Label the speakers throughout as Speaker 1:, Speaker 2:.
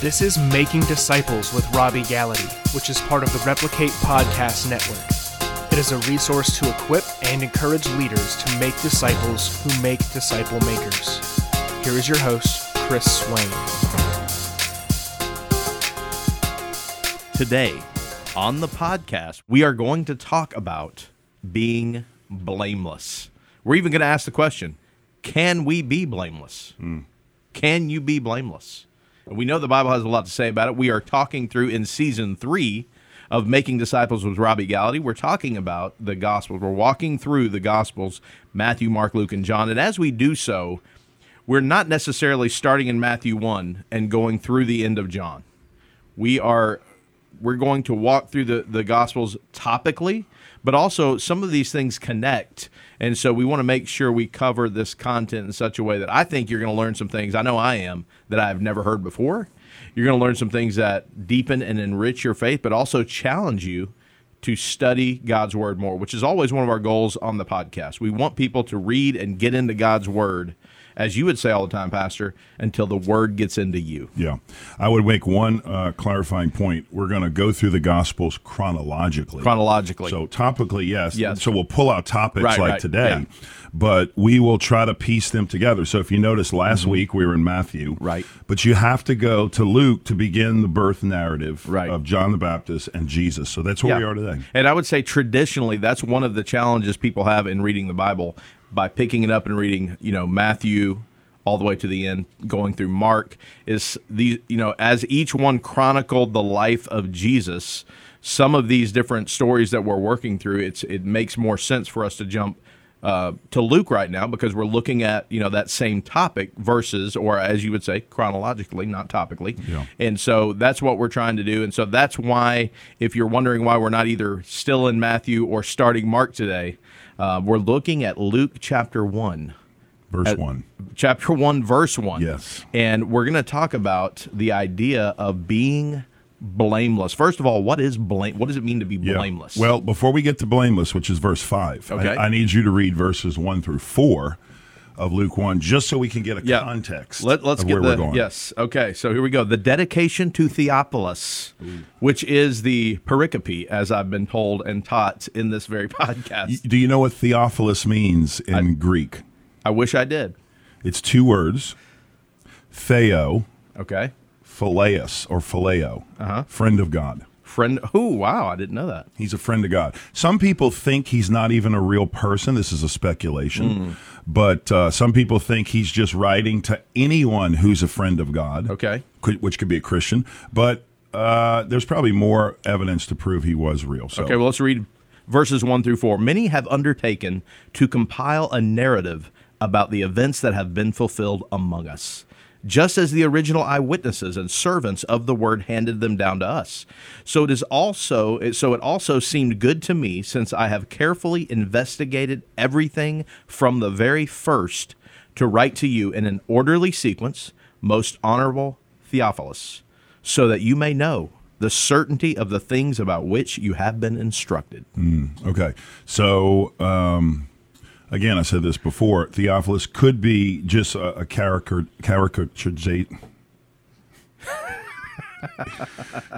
Speaker 1: This is Making Disciples with Robbie Gallaty, which is part of the Replicate Podcast Network. It is a resource to equip and encourage leaders to make disciples who make disciple makers. Here is your host, Chris Swain.
Speaker 2: Today, on the podcast, we are going to talk about being blameless. We're even going to ask the question can we be blameless? Mm. Can you be blameless? We know the Bible has a lot to say about it. We are talking through in season three of Making Disciples with Robbie Gallaty. We're talking about the Gospels. We're walking through the Gospels Matthew, Mark, Luke, and John. And as we do so, we're not necessarily starting in Matthew 1 and going through the end of John. We are we're going to walk through the, the gospels topically but also some of these things connect and so we want to make sure we cover this content in such a way that i think you're going to learn some things i know i am that i've never heard before you're going to learn some things that deepen and enrich your faith but also challenge you to study god's word more which is always one of our goals on the podcast we want people to read and get into god's word as you would say all the time, Pastor, until the word gets into you.
Speaker 3: Yeah. I would make one uh, clarifying point. We're going to go through the Gospels chronologically.
Speaker 2: Chronologically.
Speaker 3: So, topically, yes. yes. So, we'll pull out topics right, like right. today, yeah. but we will try to piece them together. So, if you notice, last mm-hmm. week we were in Matthew.
Speaker 2: Right.
Speaker 3: But you have to go to Luke to begin the birth narrative
Speaker 2: right.
Speaker 3: of John the Baptist and Jesus. So, that's where yeah. we are today.
Speaker 2: Mm-hmm. And I would say traditionally, that's one of the challenges people have in reading the Bible by picking it up and reading, you know, Matthew all the way to the end, going through Mark, is these, you know, as each one chronicled the life of Jesus, some of these different stories that we're working through, it's it makes more sense for us to jump uh, to Luke right now because we're looking at you know that same topic versus or as you would say chronologically not topically
Speaker 3: yeah.
Speaker 2: and so that's what we're trying to do and so that's why if you're wondering why we're not either still in Matthew or starting Mark today uh, we're looking at Luke chapter 1.
Speaker 3: Verse at, 1.
Speaker 2: Chapter 1, verse 1.
Speaker 3: Yes.
Speaker 2: And we're going to talk about the idea of being blameless. First of all, what is blame? What does it mean to be blameless?
Speaker 3: Yeah. Well, before we get to blameless, which is verse 5,
Speaker 2: okay.
Speaker 3: I, I need you to read verses 1 through 4 of Luke 1 just so we can get a yeah. context.
Speaker 2: Let, us get
Speaker 3: where
Speaker 2: the, Yes. Okay. So here we go. The dedication to Theophilus, Ooh. which is the pericope, as I've been told and taught in this very podcast.
Speaker 3: Do you know what Theophilus means in I, Greek?
Speaker 2: I wish I did.
Speaker 3: It's two words Theo.
Speaker 2: Okay.
Speaker 3: Phileus or Phileo,
Speaker 2: uh-huh.
Speaker 3: friend of God
Speaker 2: friend who wow i didn't know that
Speaker 3: he's a friend of god some people think he's not even a real person this is a
Speaker 2: Hmm.
Speaker 3: speculation mm. but uh, some people think he's just writing to anyone who's a friend of god
Speaker 2: okay
Speaker 3: which could be a christian but uh, there's probably more evidence to prove he was real so.
Speaker 2: okay well let's read verses 1 through 4 many have undertaken to compile a narrative about the events that have been fulfilled among us just as the original eyewitnesses and servants of the word handed them down to us. So it is also so it also seemed good to me since I have carefully investigated everything from the very first to write to you in an orderly sequence, most honorable Theophilus, so that you may know the certainty of the things about which you have been instructed.
Speaker 3: Mm, okay. So um again, I said this before, Theophilus could be just a, a caricature,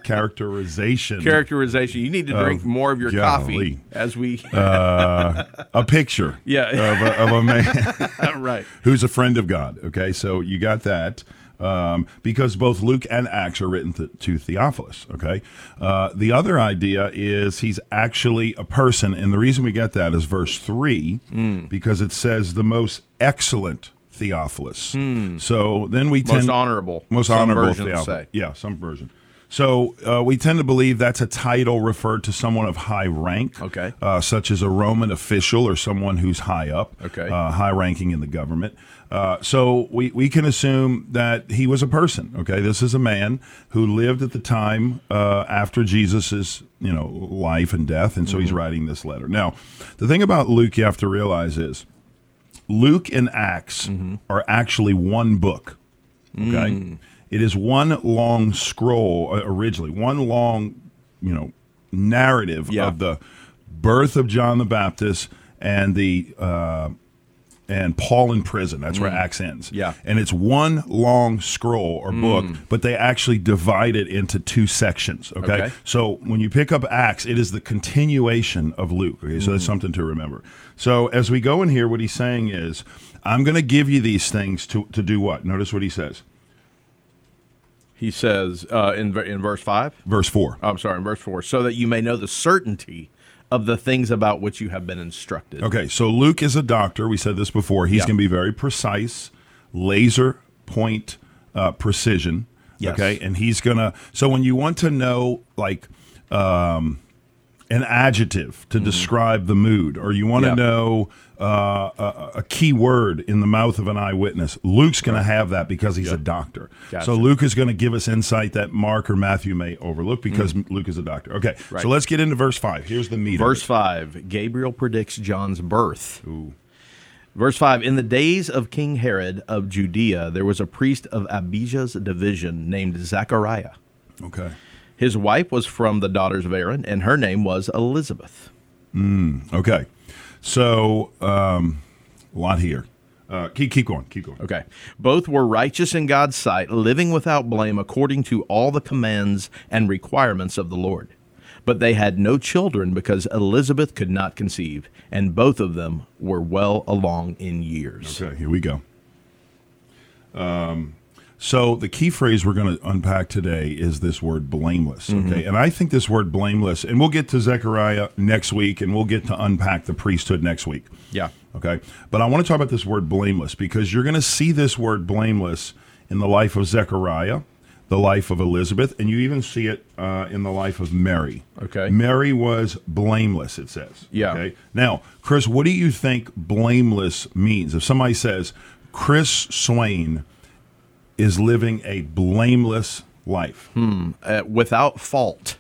Speaker 3: characterization.
Speaker 2: Characterization. You need to drink of, more of your golly. coffee as we.
Speaker 3: uh, a picture.
Speaker 2: Yeah.
Speaker 3: Of a, of a man.
Speaker 2: right.
Speaker 3: Who's a friend of God. Okay. So you got that. Um, because both Luke and Acts are written th- to Theophilus. Okay. Uh, the other idea is he's actually a person. And the reason we get that is verse three,
Speaker 2: mm.
Speaker 3: because it says the most excellent Theophilus.
Speaker 2: Mm.
Speaker 3: So then we
Speaker 2: most
Speaker 3: tend.
Speaker 2: Most honorable.
Speaker 3: Most honorable Theophilus. Yeah, some version. So uh, we tend to believe that's a title referred to someone of high rank,
Speaker 2: okay,
Speaker 3: uh, such as a Roman official or someone who's high up,
Speaker 2: okay,
Speaker 3: uh, high ranking in the government. Uh, so we, we can assume that he was a person. Okay, this is a man who lived at the time uh, after Jesus's you know life and death, and so mm-hmm. he's writing this letter. Now, the thing about Luke you have to realize is Luke and Acts
Speaker 2: mm-hmm.
Speaker 3: are actually one book. Okay.
Speaker 2: Mm.
Speaker 3: It is one long scroll uh, originally, one long, you know, narrative
Speaker 2: yeah.
Speaker 3: of the birth of John the Baptist and the uh, and Paul in prison. That's where Acts ends.
Speaker 2: Mm. Yeah. Mm.
Speaker 3: And it's one long scroll or book, but they actually divide it into two sections. Okay?
Speaker 2: Okay.
Speaker 3: So when you pick up Acts, it is the continuation of Luke. Okay. So that's something to remember. So as we go in here, what he's saying is, I'm going to give you these things to, to do what? Notice what he says.
Speaker 2: He says uh, in ver- in verse five.
Speaker 3: Verse 4.
Speaker 2: I'm sorry, in verse four, so that you may know the certainty of the things about which you have been instructed.
Speaker 3: Okay, so Luke is a doctor. We said this before. He's
Speaker 2: Yeah.
Speaker 3: going to be very precise, laser point uh, precision.
Speaker 2: Yes.
Speaker 3: Okay, and he's going to. So when you want to know, like, um, an adjective to describe the mood, or you want to
Speaker 2: Mm-hmm. Yeah.
Speaker 3: know uh, a, a key word in the mouth of an eyewitness, Luke's going to have that because he's a doctor.
Speaker 2: Gotcha.
Speaker 3: So Luke is going to give us insight that Mark or Matthew may overlook because Luke is a doctor. Okay,
Speaker 2: Mm-hmm. Right.
Speaker 3: so let's get into verse five. Here's the meat. of
Speaker 2: Verse
Speaker 3: it.
Speaker 2: 5 Gabriel predicts John's birth. Verse 5 In the days of King Herod of Judea, there was a priest of Abijah's division named Zachariah.
Speaker 3: Okay.
Speaker 2: His wife was from the daughters of Aaron, and her name was Elizabeth.
Speaker 3: Okay. So, um, a lot here. Uh, keep, keep going. Keep going.
Speaker 2: Okay. Both were righteous in God's sight, living without blame according to all the commands and requirements of the Lord. But they had no children because Elizabeth could not conceive, and both of them were well along in years.
Speaker 3: Okay. Here we go. Um, so, the key phrase we're going to unpack today is this word blameless. Okay. And I think this word blameless, and we'll get to Zechariah next week and we'll get to unpack the priesthood next week.
Speaker 2: Yeah.
Speaker 3: Okay. But I want to talk about this word blameless because you're going to see this word blameless in the life of Zechariah, the life of Elizabeth, and you even see it uh, in the life of Mary.
Speaker 2: Okay.
Speaker 3: Mary was blameless, it says.
Speaker 2: Yeah.
Speaker 3: Now, Chris, what do you think blameless means? If somebody says, Chris Swain is living a blameless life.
Speaker 2: uh, without fault.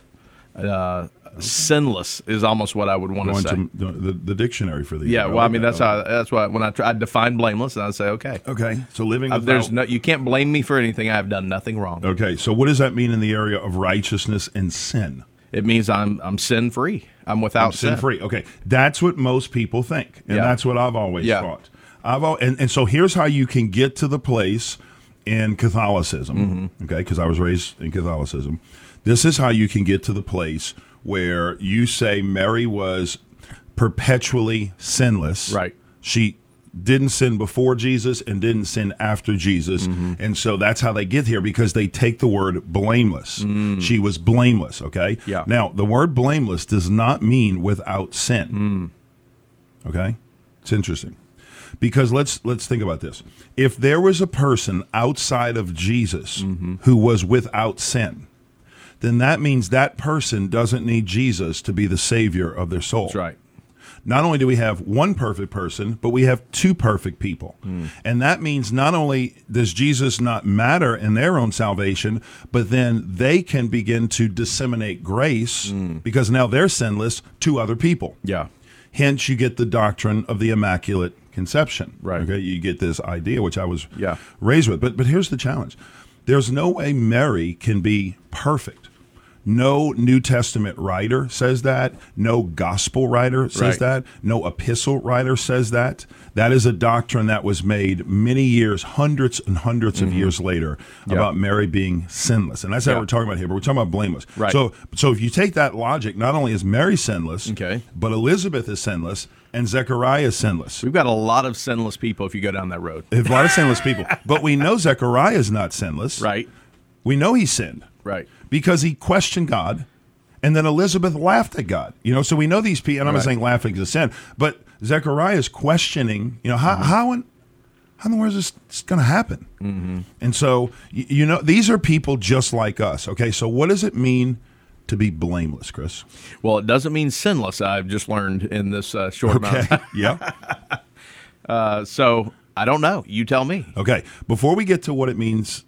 Speaker 2: Uh, Sinless is almost what I would want to
Speaker 3: Going
Speaker 2: say.
Speaker 3: to the, the, the dictionary for these.
Speaker 2: yeah, well, I mean
Speaker 3: like
Speaker 2: that's
Speaker 3: that.
Speaker 2: how that's why when I try, I define blameless, and I say okay,
Speaker 3: Okay. So living
Speaker 2: Uh,
Speaker 3: without,
Speaker 2: there's no you can't blame me for anything. I have done nothing wrong.
Speaker 3: Okay. So what does that mean in the area of righteousness and sin?
Speaker 2: It means I'm I'm sin free. I'm without
Speaker 3: sin free. Okay, that's what most people think, and
Speaker 2: Oh, Yeah.
Speaker 3: that's what I've always
Speaker 2: Yeah.
Speaker 3: thought. I've al- and and so here's how you can get to the place in Catholicism.
Speaker 2: Mm-hmm.
Speaker 3: Okay, because I was raised in Catholicism. This is how you can get to the place where you say Mary was perpetually sinless.
Speaker 2: Right.
Speaker 3: She didn't sin before Jesus and didn't sin after Jesus.
Speaker 2: Mm-hmm.
Speaker 3: And so that's how they get here because they take the word blameless. She was blameless, okay?
Speaker 2: Mm. Yeah.
Speaker 3: Now, the word blameless does not mean without sin.
Speaker 2: Mm.
Speaker 3: Okay? It's interesting. Because let's let's think about this. If there was a person outside of Jesus
Speaker 2: Mm-hmm.
Speaker 3: who was without sin, then that means that person doesn't need Jesus to be the savior of their soul
Speaker 2: That's right.
Speaker 3: not only do we have one perfect person, but we have two perfect people. And that means not only does Jesus not matter in their own salvation, but then they can begin to disseminate grace because now they're sinless to other people.
Speaker 2: Yeah.
Speaker 3: Hence, you get the doctrine of the Immaculate Conception.
Speaker 2: Right.
Speaker 3: Okay. You get this idea, which I was
Speaker 2: Yeah.
Speaker 3: raised with. But but here's the challenge: there's no way Mary can be perfect. No New Testament writer says that. No gospel writer says
Speaker 2: Right.
Speaker 3: that. No epistle writer says that. That is a doctrine that was made many years, hundreds and 100s of years later, about Mary being sinless. And that's not
Speaker 2: Mm-hmm. Yeah.
Speaker 3: what we're talking about here, but we're talking about blameless.
Speaker 2: Right.
Speaker 3: So so if you take that logic, not only is Mary sinless,
Speaker 2: Okay.
Speaker 3: but Elizabeth is sinless and Zechariah is sinless.
Speaker 2: We've got a lot of sinless people if you go down that road.
Speaker 3: A lot of sinless people. But we know Zechariah is not sinless.
Speaker 2: Right.
Speaker 3: We know he sinned
Speaker 2: Right.
Speaker 3: because he questioned God, and then Elizabeth laughed at God. You know, so we know these people. And I'm not
Speaker 2: Right.
Speaker 3: saying laughing is a sin, but Zechariah is questioning. You know, how
Speaker 2: Mm-hmm.
Speaker 3: how in how in the world is this going to happen? Mm-hmm. And so you, you know, these are people just like us. Okay, so what does it mean to be blameless, Chris?
Speaker 2: Well, it doesn't mean sinless. I've just learned in this uh, short amount.
Speaker 3: Okay,
Speaker 2: Of time.
Speaker 3: yeah.
Speaker 2: Uh, so I don't know. You tell me.
Speaker 3: Okay. Before we get to what it means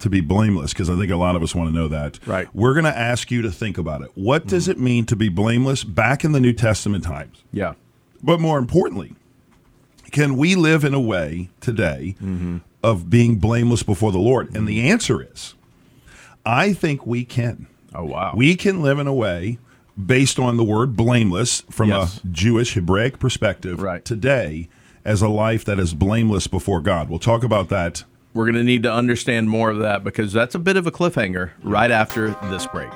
Speaker 3: to be blameless, because I think a lot of us want to know that.
Speaker 2: Right. Mm-hmm.
Speaker 3: We're going to ask you to think about it. What does it mean to be blameless back in the New Testament times?
Speaker 2: Yeah.
Speaker 3: But more importantly, can we live in a way today
Speaker 2: Mm-hmm.
Speaker 3: of being blameless before the Lord? And the answer is I think we can.
Speaker 2: Oh wow.
Speaker 3: We can live in a way based on the word blameless from
Speaker 2: Yes.
Speaker 3: a Jewish Hebraic perspective
Speaker 2: Right.
Speaker 3: today as a life that is blameless before God. We'll talk about that.
Speaker 2: We're going to need to understand more of that because that's a bit of a cliffhanger right after this break.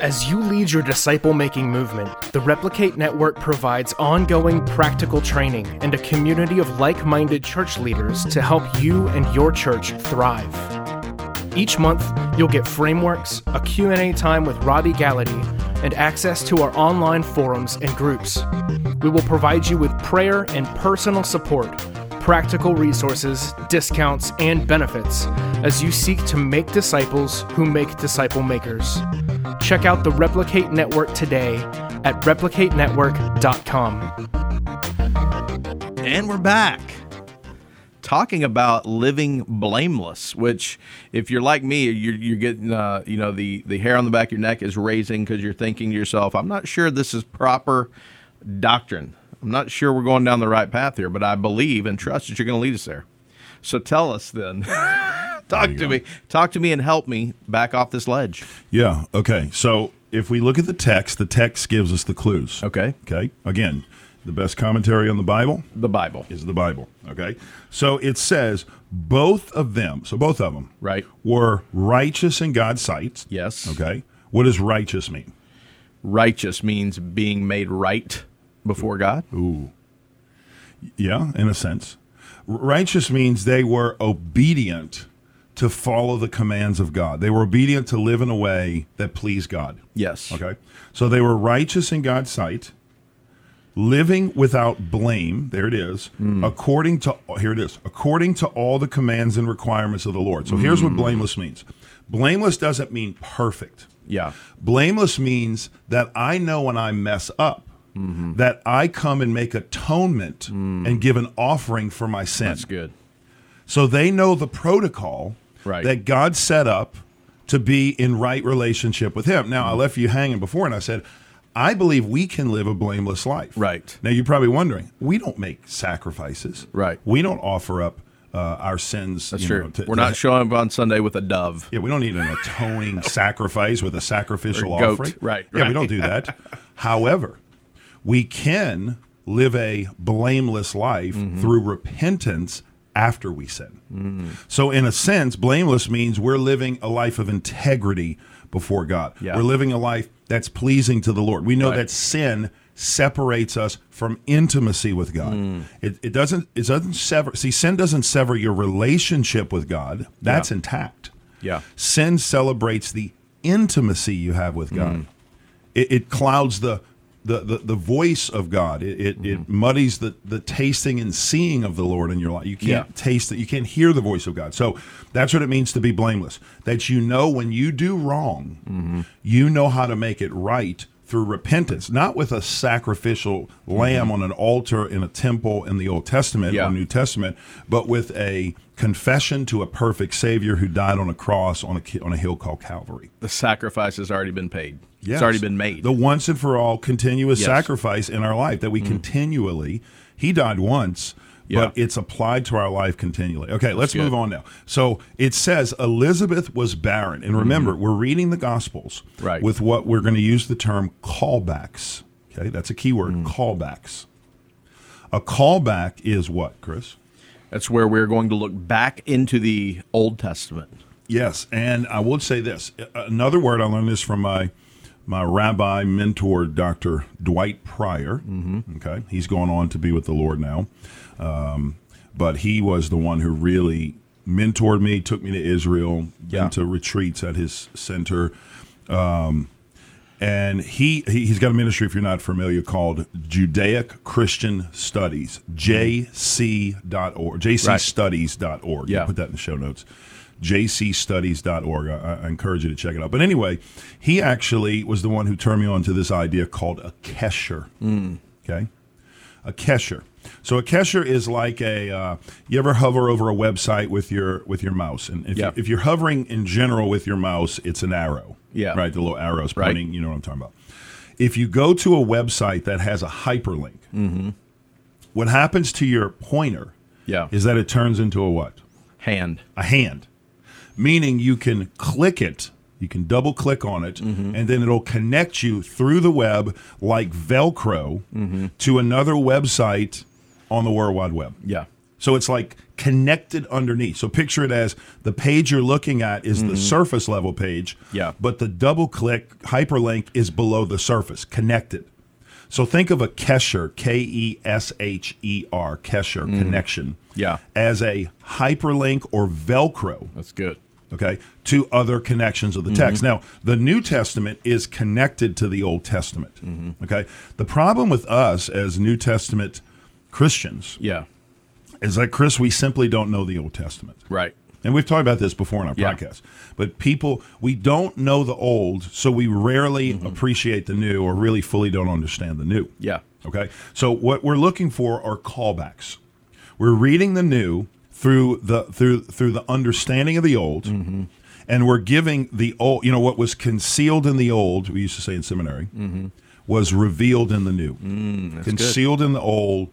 Speaker 1: As you lead your disciple making movement, the Replicate Network provides ongoing practical training and a community of like minded church leaders to help you and your church thrive. Each month, you'll get frameworks, a Q&A time with Robbie Gallaty, and access to our online forums and groups. We will provide you with prayer and personal support, practical resources, discounts, and benefits as you seek to make disciples who make disciple makers. Check out the Replicate Network today at replicatenetwork.com.
Speaker 2: And we're back talking about living blameless, which if you're like me, you're, you're getting, uh, you know, the, the hair on the back of your neck is raising because you're thinking to yourself, I'm not sure this is proper doctrine. I'm not sure we're going down the right path here, but I believe and trust that you're going to lead us there. So tell us then. Talk to me. Talk to me and help me back off this ledge.
Speaker 3: Yeah. Okay. So if we look at the text, the text gives us the clues.
Speaker 2: Okay.
Speaker 3: Okay. Again, the best commentary on the Bible
Speaker 2: The Bible.
Speaker 3: is the Bible. Okay. So it says both of them, so both of them,
Speaker 2: Right.
Speaker 3: were righteous in God's sight.
Speaker 2: Yes.
Speaker 3: Okay. What does righteous mean?
Speaker 2: Righteous means being made right before God.
Speaker 3: Yeah, in a sense. R- Righteous means they were obedient to follow the commands of God. They were obedient to live in a way that pleased God.
Speaker 2: Yes.
Speaker 3: Okay. So they were righteous in God's sight, living without blame. There it is.
Speaker 2: Hmm.
Speaker 3: According to here it is. According to all the commands and requirements of the Lord. So here's
Speaker 2: Hmm.
Speaker 3: what blameless means. Blameless doesn't mean perfect.
Speaker 2: Yeah.
Speaker 3: Blameless means that I know when I mess up.
Speaker 2: Hmm.
Speaker 3: That I come and make atonement and give an offering for my sin.
Speaker 2: That's good.
Speaker 3: So they know the protocol
Speaker 2: Right.
Speaker 3: that God set up to be in right relationship with Him. Now, I
Speaker 2: Mm-hmm.
Speaker 3: left you hanging before and I said, I believe we can live a blameless life.
Speaker 2: Right.
Speaker 3: Now, you're probably wondering, we don't make sacrifices.
Speaker 2: Right.
Speaker 3: We don't offer up uh, our sins.
Speaker 2: That's
Speaker 3: you
Speaker 2: true.
Speaker 3: know, to-
Speaker 2: We're
Speaker 3: to-
Speaker 2: not showing up on Sunday with a dove.
Speaker 3: yeah, we don't need an atoning sacrifice with a sacrificial
Speaker 2: Or goat,
Speaker 3: offering.
Speaker 2: right,
Speaker 3: Yeah, we
Speaker 2: right.
Speaker 3: don't do that. However, we can live a blameless life
Speaker 2: Mm-hmm.
Speaker 3: through repentance after we sin. So, in a sense, blameless means we're living a life of integrity before God.
Speaker 2: Yeah.
Speaker 3: We're living a life that's pleasing to the Lord. We know
Speaker 2: Right.
Speaker 3: that sin separates us from intimacy with God.
Speaker 2: Mm.
Speaker 3: It, it doesn't. It doesn't sever. See, sin doesn't sever your relationship with God. That's intact.
Speaker 2: Yeah.
Speaker 3: Sin celebrates the intimacy you have with God. It, it clouds the, the, the, the voice of God. It, it, it muddies the, the tasting and seeing of the Lord in your life. You can't
Speaker 2: Yeah.
Speaker 3: taste it. You can't hear the voice of God. So that's what it means to be blameless. That you know when you do wrong, you know how to make it right through repentance, not with a sacrificial lamb on an altar in a temple in the Old Testament
Speaker 2: Yeah.
Speaker 3: or New Testament, but with a confession to a perfect Savior who died on a cross on a ki- on a hill called Calvary.
Speaker 2: The sacrifice has already been paid. It's already been made.
Speaker 3: The once and for all continuous
Speaker 2: Yes. Mm.
Speaker 3: sacrifice in our life that we continually, he died once,
Speaker 2: Yeah.
Speaker 3: but it's applied to our life continually. Okay, let's
Speaker 2: good.
Speaker 3: move on now. So it says Elizabeth was barren. And remember, we're reading the Gospels
Speaker 2: Mm-hmm. Right.
Speaker 3: with what we're going to use the term callbacks. Okay, that's a key word
Speaker 2: Mm.
Speaker 3: callbacks. A callback is what, Chris?
Speaker 2: That's where we're going to look back into the Old Testament.
Speaker 3: Yes, and I will say this. Another word I learned this from my my rabbi mentor, Doctor Dwight Pryor. Mm-hmm. Okay, he's going on to be with the Lord now, um, but he was the one who really mentored me, took me to Israel,
Speaker 2: Yeah.
Speaker 3: into retreats at his center, Um, and he, he he's got a ministry if you're not familiar called Judaic Christian Studies jc.org jcstudies.org
Speaker 2: Yeah.
Speaker 3: I'll put that in the show notes jcstudies.org I, I encourage you to check it out but anyway he actually was the one who turned me on to this idea called a kesher
Speaker 2: Mm.
Speaker 3: okay a kesher. So a kesher is like a uh, you ever hover over a website with your with your mouse, and if,
Speaker 2: Yeah.
Speaker 3: you, if you're hovering in general with your mouse, it's an arrow.
Speaker 2: Yeah.
Speaker 3: right. The little arrows
Speaker 2: Right.
Speaker 3: pointing. You know what I'm talking about. If you go to a website that has a hyperlink,
Speaker 2: Mm-hmm.
Speaker 3: what happens to your pointer?
Speaker 2: Yeah.
Speaker 3: is that it turns into a what?
Speaker 2: Hand.
Speaker 3: A hand, meaning you can click it You can double click on it, and then it'll connect you through the web like Velcro to another website on the World Wide Web.
Speaker 2: Yeah.
Speaker 3: So it's like connected underneath. So picture it as the page you're looking at is the surface level page.
Speaker 2: Mm-hmm. Yeah.
Speaker 3: But the double click hyperlink is below the surface, connected. So think of a Kesher, K E S H E R, Kesher connection.
Speaker 2: Mm. Yeah.
Speaker 3: As a hyperlink or Velcro
Speaker 2: That's good.
Speaker 3: okay, to other connections of the text.
Speaker 2: Mm-hmm.
Speaker 3: Now, the New Testament is connected to the Old Testament,
Speaker 2: Mm-hmm.
Speaker 3: okay? The problem with us as New Testament Christians
Speaker 2: Yeah.
Speaker 3: is that, Chris, we simply don't know the Old Testament.
Speaker 2: Right.
Speaker 3: And we've talked about this before in our
Speaker 2: Yeah.
Speaker 3: podcast, but people, we don't know the old, so we rarely appreciate the new or really fully don't understand the new.
Speaker 2: Mm-hmm. Yeah.
Speaker 3: Okay. So what we're looking for are callbacks. We're reading the new through the through through the understanding of the old, and we're giving the old. You know what was concealed in the old. We used to say in seminary was revealed in the new. concealed in the old,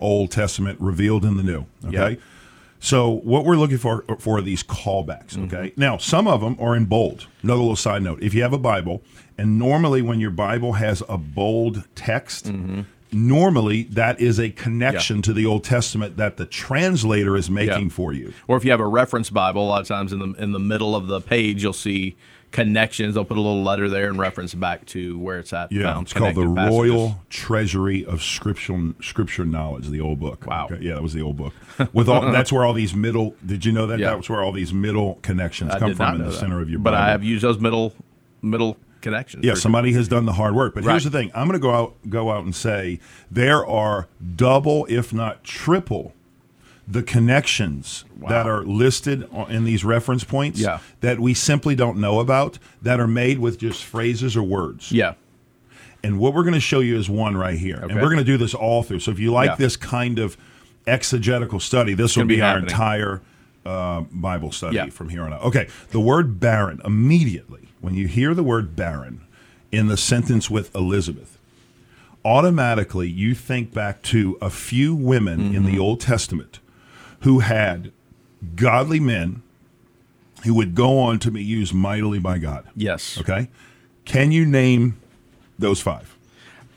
Speaker 3: Old Testament, revealed in the new. Okay.
Speaker 2: Yeah.
Speaker 3: So what we're looking for for are these callbacks,
Speaker 2: Mm-hmm.
Speaker 3: okay? Now some of them are in bold. Another little side note: if you have a Bible, and normally when your Bible has a bold text,
Speaker 2: Mm-hmm.
Speaker 3: normally that is a connection to the Old Testament that the translator is making
Speaker 2: Yeah.
Speaker 3: for you.
Speaker 2: Or if you have a reference Bible, a lot of times in the in the middle of the page, you'll see connections. They'll put a little letter there and reference back to where it's at.
Speaker 3: Yeah,
Speaker 2: found
Speaker 3: it's called the
Speaker 2: connected passages.
Speaker 3: Royal Treasury of Scripture Scripture Knowledge, the old book.
Speaker 2: Wow.
Speaker 3: Okay, yeah, that was the old book. With all that's where all these middle. Did you know that?
Speaker 2: Yeah.
Speaker 3: That's where all these middle connections
Speaker 2: I
Speaker 3: come
Speaker 2: did
Speaker 3: from
Speaker 2: not
Speaker 3: in
Speaker 2: know
Speaker 3: the
Speaker 2: that.
Speaker 3: center of your
Speaker 2: But
Speaker 3: Bible.
Speaker 2: I have used those middle middle connections.
Speaker 3: Yeah,
Speaker 2: for-
Speaker 3: somebody has done the hard work. But here's the
Speaker 2: Right.
Speaker 3: thing: I'm going to go out, go out and say there are double, if not triple, the connections that are listed on- in these reference points
Speaker 2: Yeah.
Speaker 3: that we simply don't know about that are made with just phrases or words.
Speaker 2: yeah.
Speaker 3: And what we're going to show you is one right here, and
Speaker 2: Okay.
Speaker 3: we're going to do this all through. So if you like
Speaker 2: Yeah.
Speaker 3: this kind of exegetical study, this will
Speaker 2: gonna be
Speaker 3: be, our
Speaker 2: happening.
Speaker 3: entire uh, Bible study
Speaker 2: Yeah.
Speaker 3: from here on out. Okay, the word barren immediately when you hear the word barren in the sentence with Elizabeth, automatically you think back to a few women in
Speaker 2: Mm-hmm.
Speaker 3: the Old Testament who had godly men who would go on to be used mightily by God.
Speaker 2: Yes.
Speaker 3: Okay, can you name those five?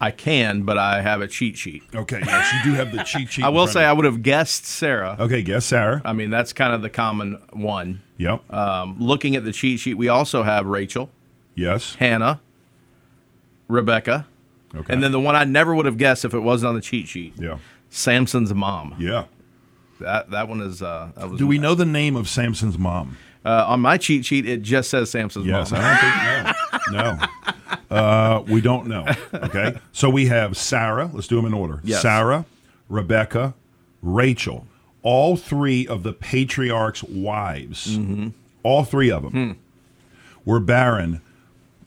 Speaker 2: I can, but I have a cheat sheet.
Speaker 3: Okay, yes, you do have the cheat sheet.
Speaker 2: I
Speaker 3: in
Speaker 2: will Uh,
Speaker 3: front
Speaker 2: say I
Speaker 3: of
Speaker 2: would have guessed Sarah.
Speaker 3: you. okay, guess Sarah.
Speaker 2: I mean, that's kind of the common one.
Speaker 3: yep.
Speaker 2: Um, looking at the cheat sheet, we also have Rachel,
Speaker 3: yes.
Speaker 2: Hannah, Rebecca,
Speaker 3: Okay.
Speaker 2: and then the one I never would have guessed if it wasn't on the cheat sheet.
Speaker 3: yeah,
Speaker 2: Samson's mom.
Speaker 3: yeah.
Speaker 2: That that one is. Uh, that was
Speaker 3: Do we know the name of Samson's mom?
Speaker 2: Uh, on my cheat sheet, it just says Samson's
Speaker 3: Yes,
Speaker 2: mom.
Speaker 3: I don't think no. No, uh, we don't know. Okay, so we have Sarah. Let's do them in order.
Speaker 2: Yes.
Speaker 3: Sarah, Rebecca, Rachel. All three of the patriarchs' wives.
Speaker 2: Mm-hmm.
Speaker 3: All three of them
Speaker 2: Hmm.
Speaker 3: were barren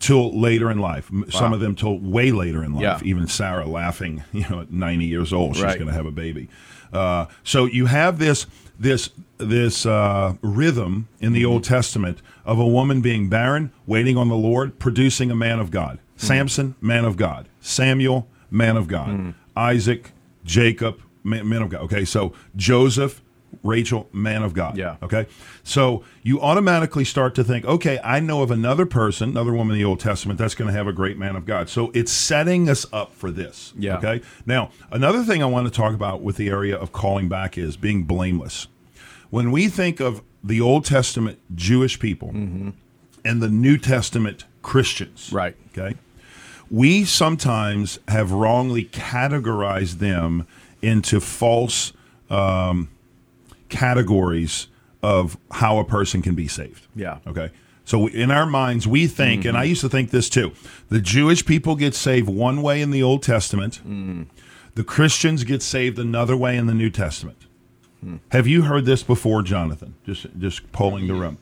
Speaker 3: till later in life. M Some of them till way later in life.
Speaker 2: Yeah.
Speaker 3: Even Sarah, laughing, you know, at ninety years old, she's
Speaker 2: Right.
Speaker 3: going to have a baby. Uh, so you have this this this uh, rhythm in the
Speaker 2: Mm-hmm.
Speaker 3: Old Testament of a woman being barren, waiting on the Lord, producing a man of God.
Speaker 2: Mm-hmm.
Speaker 3: Samson, man of God. Samuel, man of God.
Speaker 2: Mm-hmm.
Speaker 3: Isaac, Jacob, man, man of God. Okay, so Joseph. Rachel, man of God.
Speaker 2: Yeah.
Speaker 3: Okay. So you automatically start to think, okay, I know of another person, another woman in the Old Testament that's going to have a great man of God. So it's setting us up for this.
Speaker 2: Yeah.
Speaker 3: Okay. Now, another thing I want to talk about with the area of calling back is being blameless. When we think of the Old Testament Jewish people and the New Testament Christians,
Speaker 2: Mm-hmm. Right.
Speaker 3: Okay. We sometimes have wrongly categorized them into false um, categories of how a person can be saved.
Speaker 2: Yeah.
Speaker 3: Okay. So we, in our minds, we think, and I used to think this too the Jewish people get saved one way in the Old Testament, the Christians get saved another way in the New Testament. Have you heard this before, Jonathan? Just just polling the room.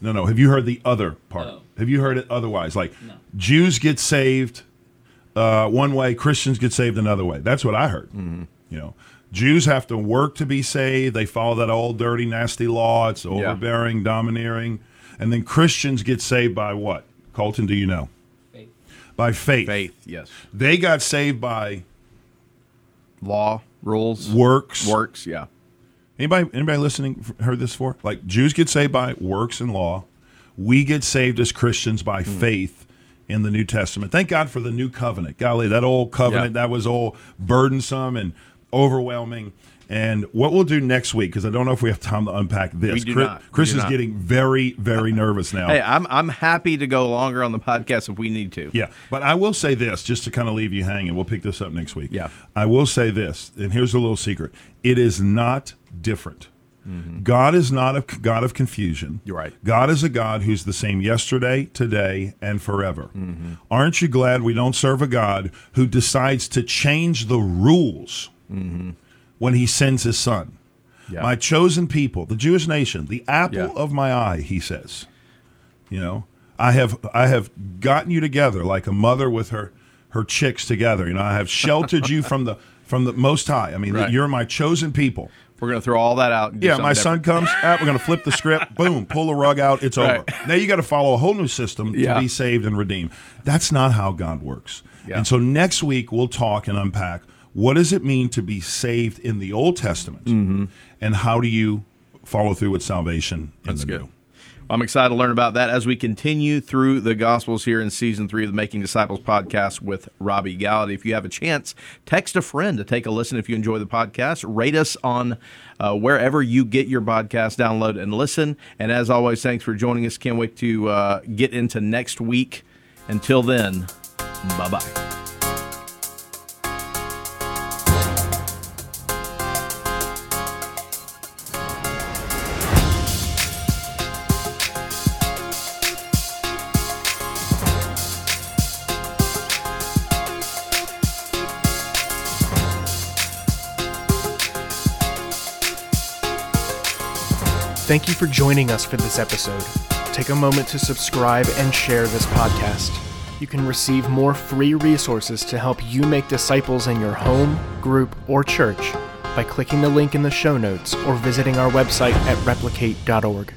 Speaker 3: No, no. Have you heard the other part?
Speaker 4: No.
Speaker 3: Have you heard it otherwise? Like Jews get saved uh, one way, Christians get saved another way. That's what I heard. You know, Jews have to work to be saved. They follow that old dirty, nasty law. It's overbearing, domineering, and then Christians get saved by what? Colton, do you know?
Speaker 4: Faith.
Speaker 3: By faith.
Speaker 2: Faith. Yes.
Speaker 3: They got saved by
Speaker 2: Law. Rules.
Speaker 3: works.
Speaker 2: Works. Yeah.
Speaker 3: Anybody anybody listening f- heard this before? Like Jews get saved by works and law. We get saved as Christians by
Speaker 2: Hmm.
Speaker 3: faith in the New Testament. Thank God for the new covenant. Golly, that old covenant,
Speaker 2: Yeah.
Speaker 3: that was all burdensome and overwhelming. And what we'll do next week, because I don't know if we have time to unpack this.
Speaker 2: We do
Speaker 3: Chris,
Speaker 2: not. We
Speaker 3: Chris
Speaker 2: do
Speaker 3: is
Speaker 2: not.
Speaker 3: getting very, very nervous now.
Speaker 2: Hey, I'm I'm happy to go longer on the podcast if we need to.
Speaker 3: Yeah, but I will say this, just to kind of leave you hanging. We'll pick this up next week.
Speaker 2: Yeah.
Speaker 3: I will say this, and here's a little secret: it is not different. God is not a God of confusion.
Speaker 2: Mm-hmm. You're right.
Speaker 3: God is a God who's the same yesterday, today, and forever.
Speaker 2: Mm-hmm.
Speaker 3: Aren't you glad we don't serve a God who decides to change the rules when He sends His Son?
Speaker 2: Mm-hmm. Yeah.
Speaker 3: My chosen people, the Jewish nation, the apple
Speaker 2: Yeah.
Speaker 3: of my eye, He says. You know, I have I have gotten you together like a mother with her her chicks together. You know, I have sheltered you from the from the Most High. I mean,
Speaker 2: Right.
Speaker 3: you're my chosen people.
Speaker 2: We're gonna throw all that out. and do
Speaker 3: Yeah,
Speaker 2: something
Speaker 3: my
Speaker 2: different.
Speaker 3: son comes. ah, we're going to flip the script. Boom, pull the rug out. It's
Speaker 2: Right.
Speaker 3: over. Now you got to follow a whole new system
Speaker 2: Yeah.
Speaker 3: to be saved and redeemed. That's not how God works.
Speaker 2: Yeah.
Speaker 3: And so next week we'll talk and unpack what does it mean to be saved in the Old Testament, and how do you follow through with salvation in the New.
Speaker 2: I'm excited to learn about that as we continue through the Gospels here in season three of the Making Disciples podcast with Robbie Gallaty. If you have a chance, text a friend to take a listen if you enjoy the podcast. Rate us on uh, wherever you get your podcast, download and listen. And as always, thanks for joining us. Can't wait to uh, get into next week. Until then, bye bye.
Speaker 1: Thank you for joining us for this episode. Take a moment to subscribe and share this podcast. You can receive more free resources to help you make disciples in your home, group, or church by clicking the link in the show notes or visiting our website at replicate.org.